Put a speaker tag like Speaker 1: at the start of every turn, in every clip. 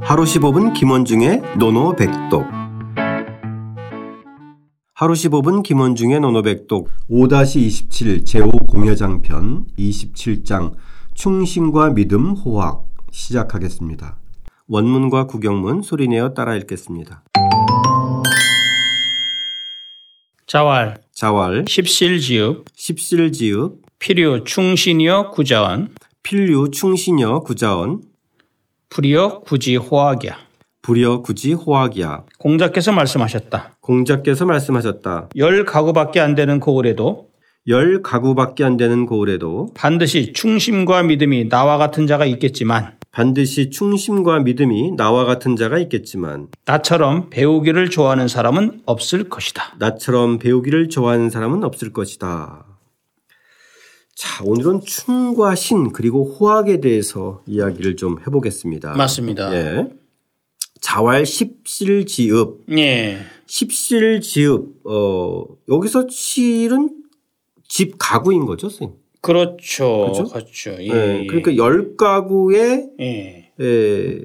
Speaker 1: 하루 15분 김원중의 노노백독 하루 15분 김원중의 노노백독 5-27 제5공여장편 27장 충신과 믿음 호학 시작하겠습니다. 원문과 구경문 소리내어 따라 읽겠습니다.
Speaker 2: 자왈
Speaker 1: 자왈
Speaker 2: 십실지읍
Speaker 1: 십실지읍
Speaker 2: 필요 충신이여 구자원
Speaker 1: 필류 충신여 구자원
Speaker 2: 불이여 구지 호학이야
Speaker 1: 불여 구지 호학이야
Speaker 2: 공자께서 말씀하셨다
Speaker 1: 공자께서 말씀하셨다.
Speaker 2: 열 가구밖에 안 되는 고을에도
Speaker 1: 열 가구밖에 안 되는 고을에도
Speaker 2: 반드시 충심과 믿음이 나와 같은 자가 있겠지만
Speaker 1: 반드시 충심과 믿음이 나와 같은 자가 있겠지만
Speaker 2: 나처럼 배우기를 좋아하는 사람은 없을 것이다
Speaker 1: 나처럼 배우기를 좋아하는 사람은 없을 것이다. 자, 오늘은 충과 신 그리고 호학에 대해서 이야기를 좀 해보겠습니다.
Speaker 2: 맞습니다 예,
Speaker 1: 예. 자활 십실지읍
Speaker 2: 예.
Speaker 1: 십실지읍 어 여기서 실은 집 가구인 거죠, 선생님?
Speaker 2: 그렇죠
Speaker 1: 그죠?
Speaker 2: 그렇죠 예,
Speaker 1: 예, 그러니까 열 가구의
Speaker 2: 예.
Speaker 1: 에,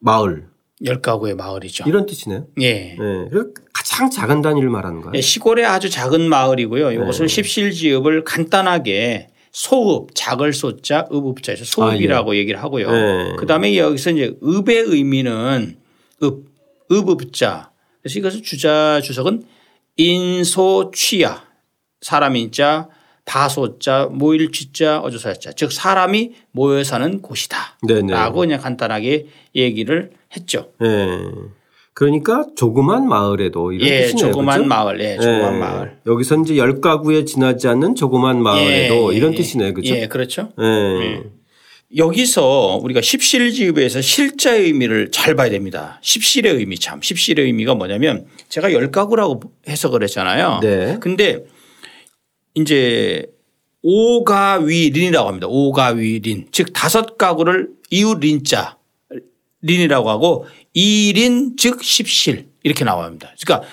Speaker 1: 마을
Speaker 2: 열 가구의 마을이죠
Speaker 1: 이런 뜻이네요.
Speaker 2: 예.
Speaker 1: 예, 그래서 가장 작은 단위를 말하는 거예요.
Speaker 2: 예, 시골의 아주 작은 마을이고요.
Speaker 1: 네.
Speaker 2: 이것을 십실지읍을 간단하게 소읍, 작을 소자, 읍읍자에서 소읍이라고 얘기를 하고요.
Speaker 1: 아, 예. 네.
Speaker 2: 그다음에 여기서 이제 읍의 의미는 읍, 읍읍자. 그래서 이것은 주자 주석은 인소취야 사람인자 다소자 모일취자 어조사자 즉 사람이 모여 사는 곳이다라고
Speaker 1: 네네.
Speaker 2: 그냥 간단하게 얘기를 했죠.
Speaker 1: 예. 그러니까 조그만 마을에도 이런
Speaker 2: 예,
Speaker 1: 뜻이네요. 그렇죠?
Speaker 2: 조그만
Speaker 1: 그죠? 네.
Speaker 2: 마을, 예, 조그만 마을.
Speaker 1: 여기서 이제 열 가구에 지나지 않는 조그만 마을에도
Speaker 2: 예,
Speaker 1: 이런
Speaker 2: 예,
Speaker 1: 뜻이네요. 그렇죠?
Speaker 2: 예, 그렇죠.
Speaker 1: 예.
Speaker 2: 여기서 우리가 십실지읍에서 실자의 의미를 잘 봐야 됩니다. 십실의 의미 참. 십실의 의미가 뭐냐면 제가 열가구라고 해석을 했잖아요.
Speaker 1: 네.
Speaker 2: 근데 이제 오가위린이라고 합니다. 오가위린. 즉 다섯 가구를 이웃린자 린이라고 하고 이린 즉 십실 이렇게 나옵니다. 그러니까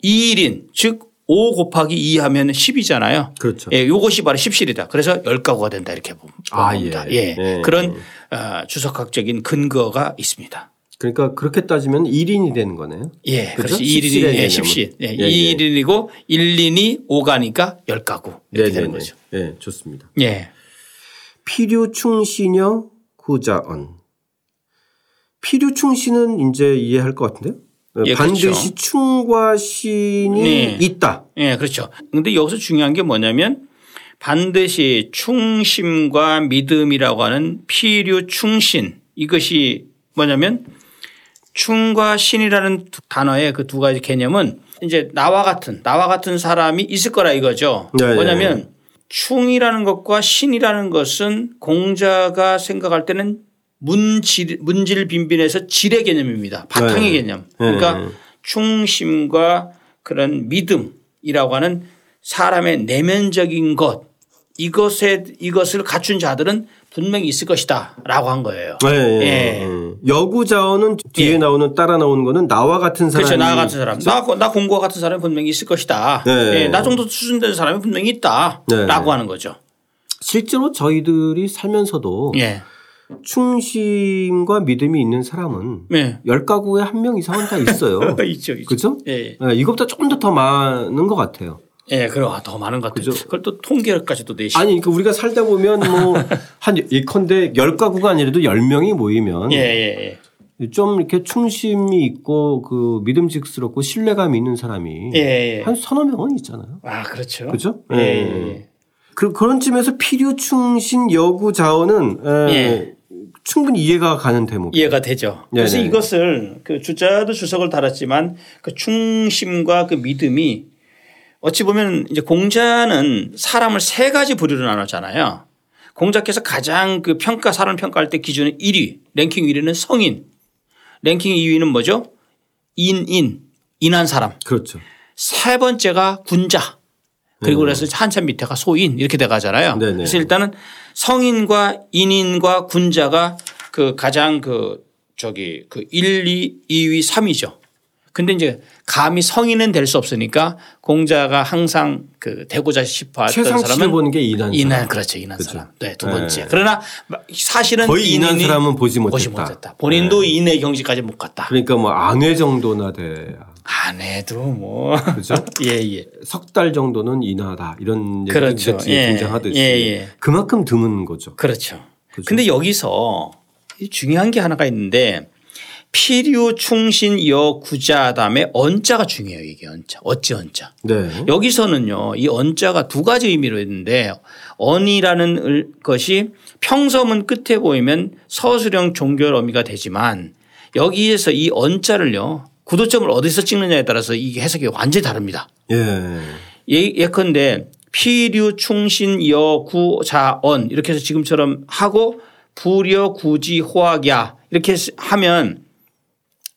Speaker 2: 이린 즉 5 곱하기 2 하면 10이잖아요.
Speaker 1: 그렇죠.
Speaker 2: 예, 요것이 바로 십실이다. 그래서 열가구가 된다 이렇게 보-
Speaker 1: 아,
Speaker 2: 봅니다.
Speaker 1: 예.
Speaker 2: 예.
Speaker 1: 네.
Speaker 2: 그런 어, 주석학적인 근거가 있습니다.
Speaker 1: 그러니까 그렇게 따지면 1인이 되는 거네요.
Speaker 2: 예,
Speaker 1: 그죠?
Speaker 2: 그래서
Speaker 1: 십실의
Speaker 2: 1인이 예,
Speaker 1: 개념은.
Speaker 2: 10실. 예,
Speaker 1: 예, 예.
Speaker 2: 2인이고 1인이 5가니까 10가구 이렇게
Speaker 1: 네네네.
Speaker 2: 되는 거죠.
Speaker 1: 예, 좋습니다.
Speaker 2: 예.
Speaker 1: 필요충신여 구자언. 필요충신은 이제 이해할 것 같은데요.
Speaker 2: 예,
Speaker 1: 반드시
Speaker 2: 그렇죠.
Speaker 1: 충과 신이
Speaker 2: 네.
Speaker 1: 있다.
Speaker 2: 예, 그렇죠. 근데 여기서 중요한 게 뭐냐면 반드시 충심과 믿음이라고 하는 필요 충신 이것이 뭐냐면 충과 신이라는 두- 단어의 그 두 가지 개념은 이제 나와 같은 나와 같은 사람이 있을 거라 이거죠.
Speaker 1: 네, 네,
Speaker 2: 뭐냐면 충이라는 것과 신이라는 것은 공자가 생각할 때는 문질 문질 빈빈에서 질의 개념입니다. 바탕의
Speaker 1: 네.
Speaker 2: 개념. 그러니까
Speaker 1: 네.
Speaker 2: 충심과 그런 믿음이라고 하는 사람의 내면적인 것 이것에 이것을 갖춘 자들은 분명히 있을 것이다라고 한 거예요. 예.
Speaker 1: 예, 예, 예. 여구 자원은 뒤에 나오는 따라 나오는 거는 나와 같은 사람이
Speaker 2: 그렇죠. 나 같은 사람. 나, 나 공과 같은 사람이 분명히 있을 것이다.
Speaker 1: 네.
Speaker 2: 예, 나 정도 수준된 사람이 분명히 있다.
Speaker 1: 네.
Speaker 2: 라고 하는 거죠.
Speaker 1: 실제로 저희들이 살면서도
Speaker 2: 예.
Speaker 1: 충심과 믿음이 있는 사람은
Speaker 2: 예.
Speaker 1: 열 가구에 한 명 이상은 다 있어요.
Speaker 2: 있죠. 있죠.
Speaker 1: 그죠?
Speaker 2: 예.
Speaker 1: 예, 이것보다 조금 더 더 많은 것 같아요.
Speaker 2: 예, 그럼 아, 더 많은 것 같아요.
Speaker 1: 그죠.
Speaker 2: 그걸 또 통계까지도 내시고.
Speaker 1: 아니, 그러니까 우리가 살다 보면 뭐 한 예컨대 열 가구가 아니라도 열 명이 모이면
Speaker 2: 예, 예, 예.
Speaker 1: 좀 이렇게 충심이 있고 그 믿음직스럽고 신뢰감이 있는 사람이
Speaker 2: 예, 예.
Speaker 1: 한 서너 명은 있잖아요.
Speaker 2: 아, 그렇죠.
Speaker 1: 그죠? 음,
Speaker 2: 예, 예, 예.
Speaker 1: 그, 그런 점에서 필요충신 여구 자원은 에,
Speaker 2: 예.
Speaker 1: 충분히 이해가 가는 대목.
Speaker 2: 이해가 되죠.
Speaker 1: 네네.
Speaker 2: 그래서 이것을 그 주자도 주석을 달았지만 그 충심과 그 믿음이 어찌 보면 이제 공자는 사람을 세 가지 부류로 나눴잖아요. 공자께서 가장 그 평가 사람 평가할 때 기준은 1위, 랭킹 1위는 성인, 랭킹 2위는 뭐죠? 인인, 인한 사람.
Speaker 1: 그렇죠.
Speaker 2: 세 번째가 군자. 그리고 그래서 한참 밑에가 소인 이렇게 돼 가잖아요.
Speaker 1: 음. 네네.
Speaker 2: 그래서 일단은 성인과 인인과 군자가 그 가장 그 저기 그 1, 2, 2위, 3위죠. 근데 이제 감히 성인은 될 수 없으니까 공자가 항상 그 되고자 싶어 했던
Speaker 1: 최상치를
Speaker 2: 사람은
Speaker 1: 보는 게 이난 사람.
Speaker 2: 인한 그렇죠 인한
Speaker 1: 그렇죠.
Speaker 2: 사람 네 두
Speaker 1: 네.
Speaker 2: 번째 그러나 사실은
Speaker 1: 거의 인한
Speaker 2: 인이
Speaker 1: 사람은 보지 못했다.
Speaker 2: 보지
Speaker 1: 네.
Speaker 2: 못했다. 본인도 인의 경지까지 못 갔다
Speaker 1: 그러니까 뭐 안회 정도나 돼야
Speaker 2: 안 해도 뭐
Speaker 1: 그죠?
Speaker 2: 예예
Speaker 1: 석 달 정도는 인하다 이런 얘기가
Speaker 2: 그렇죠.
Speaker 1: 있었지,
Speaker 2: 예.
Speaker 1: 등장하듯이
Speaker 2: 예, 예.
Speaker 1: 그만큼 드문 거죠.
Speaker 2: 그렇죠.
Speaker 1: 그죠.
Speaker 2: 근데 여기서 이 중요한 게 하나가 있는데 필요 충신 여 구자담의 언자가 중요해요 이게 언자 어찌 언자
Speaker 1: 네.
Speaker 2: 여기서는요 이 언자가 두 가지 의미로 있는데 언이라는 을- 것이 평서문 끝에 보이면 서술형 종결 어미가 되지만 여기에서 이 언자를요 구도점을 어디서 찍느냐에 따라서 이게 해석이 완전히 다릅니다.
Speaker 1: 예.
Speaker 2: 예, 예컨대 피류 충신 여구 자언 이렇게 해서 지금처럼 하고 부려 구지 호학야 이렇게 해서 하면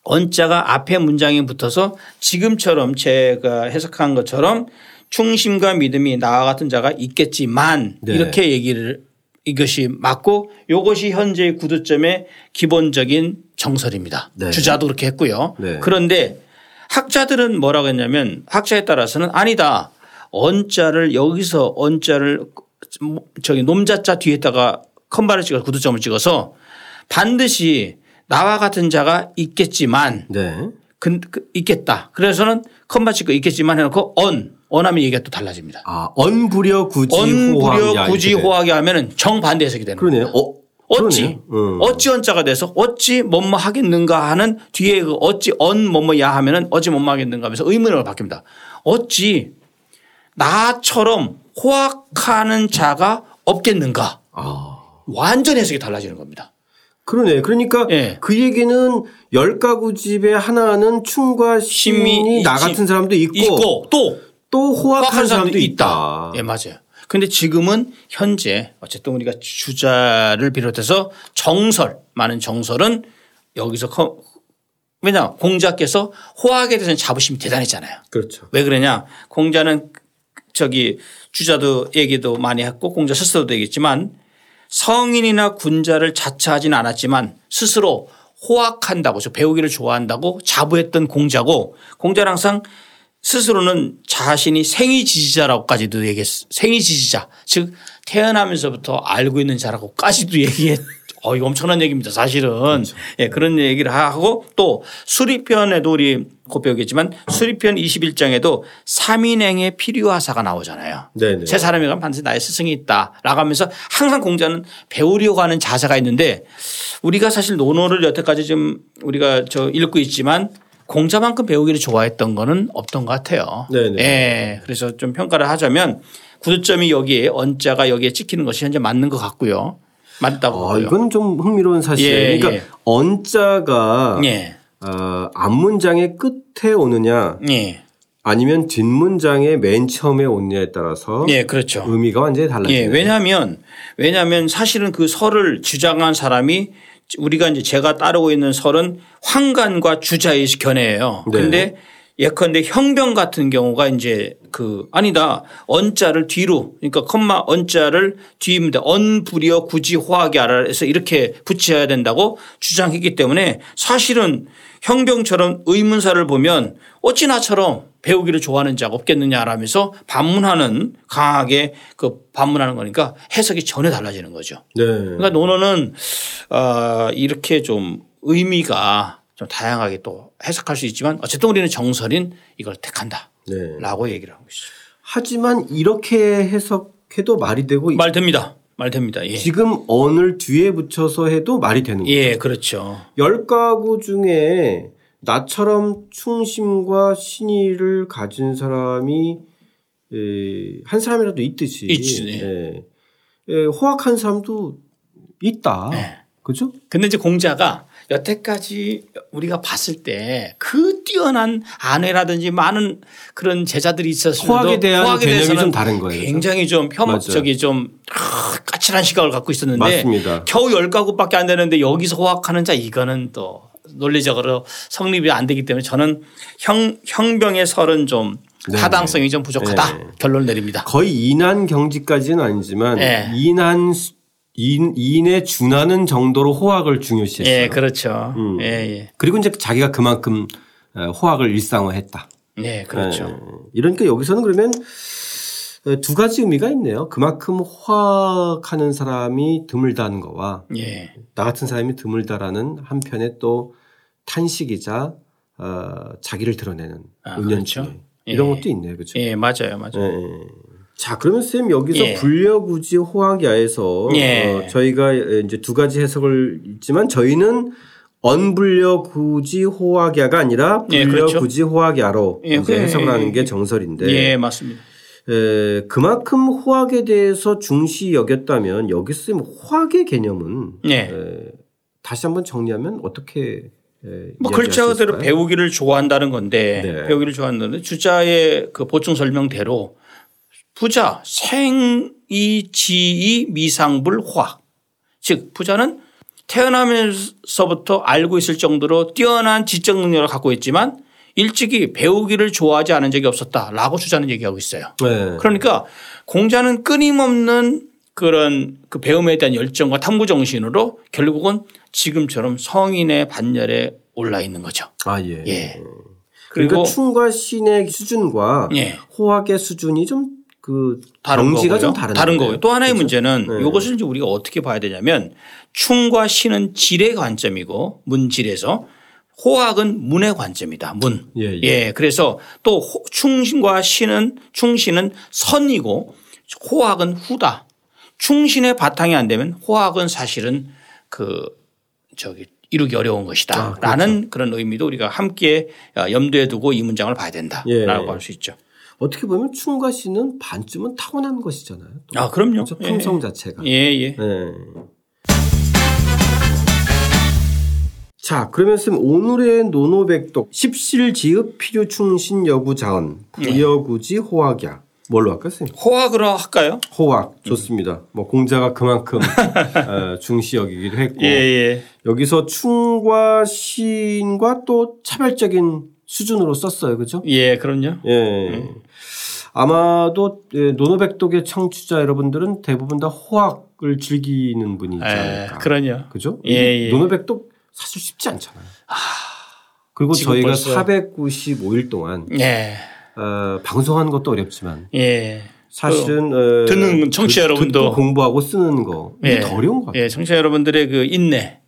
Speaker 2: 언자가 앞에 문장에 붙어서 지금처럼 제가 해석한 것처럼 충심과 믿음이 나와 같은 자가 있겠지만
Speaker 1: 네.
Speaker 2: 이렇게 얘기를 이것이 맞고 이것이 현재의 구두점의 기본적인 정설입니다.
Speaker 1: 네.
Speaker 2: 주자도 그렇게 했고요.
Speaker 1: 네.
Speaker 2: 그런데 학자들은 뭐라고 했냐면 학자에 따라서는 아니다. 언자를 여기서 언자를 저기 놈자자 뒤에다가 컴바를 찍어 서 구두점을 찍어서 반드시 나와 같은 자가 있겠지만
Speaker 1: 네.
Speaker 2: 근- 그- 있겠다. 그래서는 컴마 찍고 있겠지만 해놓고 언 언하면 얘기가 또 달라집니다.
Speaker 1: 아, 언부려 구지
Speaker 2: 언부려
Speaker 1: 호황이야.
Speaker 2: 굳이
Speaker 1: 이렇게 돼.
Speaker 2: 호하게 하면은 정반대 해석이 되는 거예요.
Speaker 1: 그러네요. 어,
Speaker 2: 어찌
Speaker 1: 그러네요. 음.
Speaker 2: 어찌 언자가 돼서 어찌 뭐뭐 하겠는가 하는 뒤에 그 어찌 언 뭐뭐야 하면은 어찌 뭐뭐 하겠는가 하면서 의문으로 바뀝니다. 어찌 나처럼 호악하는 자가 없겠는가
Speaker 1: 아.
Speaker 2: 완전 해석이 달라지는 겁니다.
Speaker 1: 그러네. 그러니까
Speaker 2: 예.
Speaker 1: 그 얘기는 열 가구 집에 하나는 충과
Speaker 2: 신미-
Speaker 1: 신이 나 같은
Speaker 2: 신-
Speaker 1: 사람도 있고,
Speaker 2: 있고 또
Speaker 1: 또 호악한
Speaker 2: 포악한
Speaker 1: 사람도
Speaker 2: 사람도
Speaker 1: 있다.
Speaker 2: 있다. 예, 맞아요. 근데 지금은 현재 어쨌든 우리가 주자를 비롯해서 정설 많은 정설은 여기서 커- 왜냐 공자께서 호학에 대해서는 자부심이 대단했잖아요.
Speaker 1: 그렇죠.
Speaker 2: 왜 그러냐? 공자는 저기 주자도 얘기도 많이 했고 공자 스스로도 얘기했지만 성인이나 군자를 자처하진 않았지만 스스로 호악한다고 저 배우기를 좋아한다고 자부했던 공자고 공자는 항상 스스로는 자신이 생이 지지자라고까지도 얘기했어. 생이 지지자. 즉 태어나면서부터 알고 있는 자라고까지도 얘기했 어, 이거 엄청난 얘기입니다. 사실은.
Speaker 1: 그렇죠.
Speaker 2: 예, 그런 얘기를 하고 또 수리편에도 우리 곧 배우겠지만 수리편 21장에도 삼인행의 필요하사가 나오잖아요.
Speaker 1: 네네.
Speaker 2: 세 사람에게는 반드시 나의 스승이 있다. 라고 하면서 항상 공자는 배우려고 하는 자세가 있는데 우리가 사실 논어를 여태까지 좀 우리가 저 읽고 있지만 공자만큼 배우기를 좋아했던 거는 없던 것 같아요.
Speaker 1: 네네.
Speaker 2: 예. 그래서 좀 평가를 하자면 구두점이 여기에 언자가 여기에 찍히는 것이 현재 맞는 것 같고요. 맞다고.
Speaker 1: 아,
Speaker 2: 보고요.
Speaker 1: 이건 좀 흥미로운 사실이에요.
Speaker 2: 예,
Speaker 1: 그러니까
Speaker 2: 예.
Speaker 1: 언자가
Speaker 2: 예.
Speaker 1: 아, 앞문장의 끝에 오느냐
Speaker 2: 예.
Speaker 1: 아니면 뒷문장의 맨 처음에 오느냐에 따라서
Speaker 2: 예. 그렇죠.
Speaker 1: 의미가 완전히
Speaker 2: 예,
Speaker 1: 달라지네요.
Speaker 2: 왜냐하면 왜냐하면 사실은 그 설을 주장한 사람이 우리가 이제 제가 따르고 있는 설은 황간과 주자의 견해예요.
Speaker 1: 네.
Speaker 2: 그런데 예컨대 형병 같은 경우가 이제 그 아니다 언자를 뒤로 그러니까 컴마 언자를 뒤입니다. 네, 언부려 굳이 호하게 알아서 이렇게 붙여야 된다고 주장했기 때문에 사실은 형병처럼 의문사를 보면 어찌나처럼 배우기를 좋아하는 자가 없겠느냐라면서 반문하는 강하게 그 반문하는 거니까 해석이 전혀 달라지는 거죠.
Speaker 1: 네.
Speaker 2: 그러니까 논어는 어, 이렇게 좀 의미가 좀 다양하게 또 해석할 수 있지만 어쨌든 우리는 정설인 이걸 택한다라고
Speaker 1: 네.
Speaker 2: 얘기를 하고 있어요.
Speaker 1: 하지만 이렇게 해석해도 말이 되고
Speaker 2: 말 됩니다. 말 됩니다. 예.
Speaker 1: 지금 언을 뒤에 붙여서 해도 말이 되는 거예요.
Speaker 2: 예, 그렇죠.
Speaker 1: 열 가구 중에 나처럼 충심과 신의를 가진 사람이 에, 한 사람이라도 있듯이
Speaker 2: 있지, 네.
Speaker 1: 예. 예, 호악한 사람도 있다.
Speaker 2: 네.
Speaker 1: 그죠?
Speaker 2: 근데 이제 공자가 여태까지 우리가 봤을 때 그 뛰어난 아내라든지 많은 그런 제자들이 있었어도
Speaker 1: 호악에 대한 개념이
Speaker 2: 대해서는
Speaker 1: 좀 다른 거예요.
Speaker 2: 굉장히 좀 폄하적이 좀 아, 까칠한 시각을 갖고 있었는데
Speaker 1: 맞습니다.
Speaker 2: 겨우 열 가구밖에 안 되는데 여기서 호악하는 자 이거는 또 논리적으로 성립이 안 되기 때문에 저는 형 형병의 설은 좀
Speaker 1: 네.
Speaker 2: 타당성이 좀 부족하다
Speaker 1: 네.
Speaker 2: 결론 내립니다.
Speaker 1: 거의 인한 경지까지는 아니지만
Speaker 2: 네.
Speaker 1: 인한 수- 인, 인에 준하는 정도로 호악을 중요시했어요. 음.
Speaker 2: 예, 그렇죠. 예, 예.
Speaker 1: 그리고 이제 자기가 그만큼 어, 호학을 일상화했다.
Speaker 2: 네, 그렇죠.
Speaker 1: 예, 이러니까 여기서는 그러면 두 가지 의미가 있네요. 그만큼 호학하는 사람이 드물다는 거와
Speaker 2: 예.
Speaker 1: 나 같은 사람이 드물다라는 한편의 또 탄식이자 어, 자기를 드러내는
Speaker 2: 아,
Speaker 1: 운년치
Speaker 2: 그렇죠.
Speaker 1: 이런
Speaker 2: 예.
Speaker 1: 것도 있네요. 그렇죠?
Speaker 2: 예, 맞아요. 맞아요.
Speaker 1: 예. 자, 그러면 선생님 여기서
Speaker 2: 예.
Speaker 1: 불려구지 호학야에서
Speaker 2: 예.
Speaker 1: 어, 저희가 이제 두 가지 해석을 있지만 저희는 언불려구지 호학야가 아니라
Speaker 2: 예, 그렇죠.
Speaker 1: 불려구지 호학야로
Speaker 2: 예,
Speaker 1: 이제
Speaker 2: 그-
Speaker 1: 해석을 하는 게
Speaker 2: 예,
Speaker 1: 정설인데
Speaker 2: 맞습니다.
Speaker 1: 에, 그만큼 호학에 대해서 중시 여겼다면 여기 쓰임 호학의 개념은
Speaker 2: 예.
Speaker 1: 에, 다시 한번 정리하면 어떻게 에, 이야기할
Speaker 2: 뭐 글자
Speaker 1: 수
Speaker 2: 그대로
Speaker 1: 있을까요?
Speaker 2: 배우기를 좋아한다는 건데
Speaker 1: 네.
Speaker 2: 배우기를 좋아한다는데 주자의 그 보충 설명대로 부자 생이 지이 미상불 화즉 부자는 태어나면서부터 알고 있을 정도로 뛰어난 지적 능력을 갖고 있지만 일찍이 배우기를 좋아하지 않은 적이 없었다라고 주자는 얘기하고 있어요.
Speaker 1: 네.
Speaker 2: 그러니까 공자는 끊임없는 그런 그 배움에 대한 열정과 탐구 정신으로 결국은 지금처럼 성인의 반열에 올라 있는 거죠.
Speaker 1: 아 예.
Speaker 2: 예.
Speaker 1: 그러니까
Speaker 2: 그리고
Speaker 1: 충과 신의 수준과
Speaker 2: 예.
Speaker 1: 호학의 수준이 좀 그
Speaker 2: 다른
Speaker 1: 경지가 좀
Speaker 2: 거고요.
Speaker 1: 다른 그렇죠. 네.
Speaker 2: 거고요. 또 하나의 문제는 이것을 이제 우리가 어떻게 봐야 되냐면 충과 신은 질의 관점이고 문질에서 호학은 문의 관점이다. 문.
Speaker 1: 예, 예.
Speaker 2: 그래서 또 호- 충신과 신은 충신은 선이고 호학은 후다. 충신의 바탕이 안 되면 호학은 사실은 그 저기 이루기 어려운
Speaker 1: 아,
Speaker 2: 것이다.
Speaker 1: 그렇죠.
Speaker 2: 라는 그런 의미도 우리가 함께 아, 염두에 두고 이 문장을 봐야 된다라고
Speaker 1: 예.
Speaker 2: 할 수 있죠.
Speaker 1: 어떻게 보면 충과 신은 반쯤은 타고난 것이잖아요. 또.
Speaker 2: 아, 그럼요.
Speaker 1: 그렇죠?
Speaker 2: 예.
Speaker 1: 품성 자체가.
Speaker 2: 예, 예.
Speaker 1: 예. 자, 그러면 선생님 오늘의 노노백독 십실지읍 필요충신 여구자언
Speaker 2: 예.
Speaker 1: 부여구지 호학이야. 뭘로 할까요, 선생님?
Speaker 2: 호학으로 할까요?
Speaker 1: 호학 좋습니다. 뭐 공자가 그만큼 어, 중시 여기기도 했고
Speaker 2: 예.
Speaker 1: 여기서 충과 시인과 또 차별적인 수준으로 썼어요, 그렇죠?
Speaker 2: 예, 그럼요.
Speaker 1: 예. 아마도 예, 노노백독의 청취자 여러분들은 대부분 다 호학을 즐기는 분이지
Speaker 2: 에,
Speaker 1: 않을까.
Speaker 2: 예, 그러요
Speaker 1: 그죠?
Speaker 2: 예, 예.
Speaker 1: 노노백도 사실 쉽지 않잖아요. 그리고
Speaker 2: 지금
Speaker 1: 저희가
Speaker 2: 벌써-
Speaker 1: 495일 동안
Speaker 2: 예.
Speaker 1: 어, 방송하는 것도 어렵지만
Speaker 2: 예.
Speaker 1: 사실은 어,
Speaker 2: 듣는 청취자
Speaker 1: 듣-
Speaker 2: 여러분도-
Speaker 1: 듣고 공부하고 쓰는 거 이게
Speaker 2: 예.
Speaker 1: 더 어려운 것 같아요.
Speaker 2: 예, 청취자 여러분들의 그 인내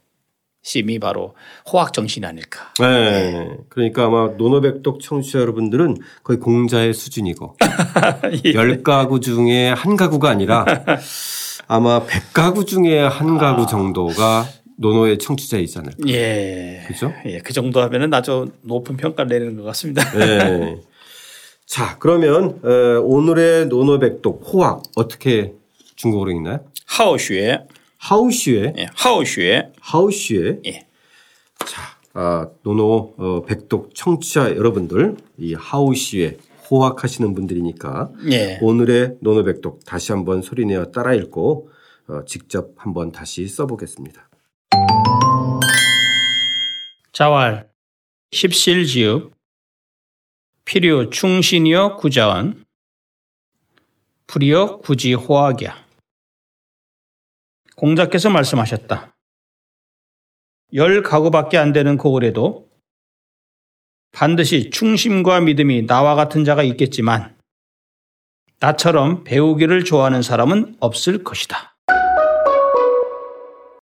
Speaker 2: 심이 바로 호학 정신이 아닐까.
Speaker 1: 네. 그러니까 아마 노노백독 청취자 여러분들은 거의 공자의 수준이고
Speaker 2: 예.
Speaker 1: 열 가구 중에 한 가구가 아니라 아마 백 가구 중에 한
Speaker 2: 아.
Speaker 1: 가구 정도가 노노의 청취자이지 않을까.
Speaker 2: 예.
Speaker 1: 그죠?
Speaker 2: 예, 그 정도 하면은 아주 높은 평가를 내리는 것 같습니다.
Speaker 1: 네. 자, 그러면 에, 오늘의 노노백독 호학 어떻게 중국어로 읽나요?
Speaker 2: 하오슈에
Speaker 1: 하우슈에
Speaker 2: 예, 하오슈에
Speaker 1: 하우슈에
Speaker 2: 예.
Speaker 1: 자, 아, 노노 어, 백독 청취자 여러분들 이 하우슈에 호학하시는 분들이니까
Speaker 2: 예.
Speaker 1: 오늘의 노노백독 다시 한번 소리내어 따라 읽고 어, 직접 한번 다시 써보겠습니다.
Speaker 2: 자왈 십실지읍 필요 충신이여 구자원 불이여 구지 호학이야 공자께서 말씀하셨다 열 가구밖에 안 되는 고을에도 반드시 충심과 믿음이 나와 같은 자가 있겠지만 나처럼 배우기를 좋아하는 사람은 없을 것이다.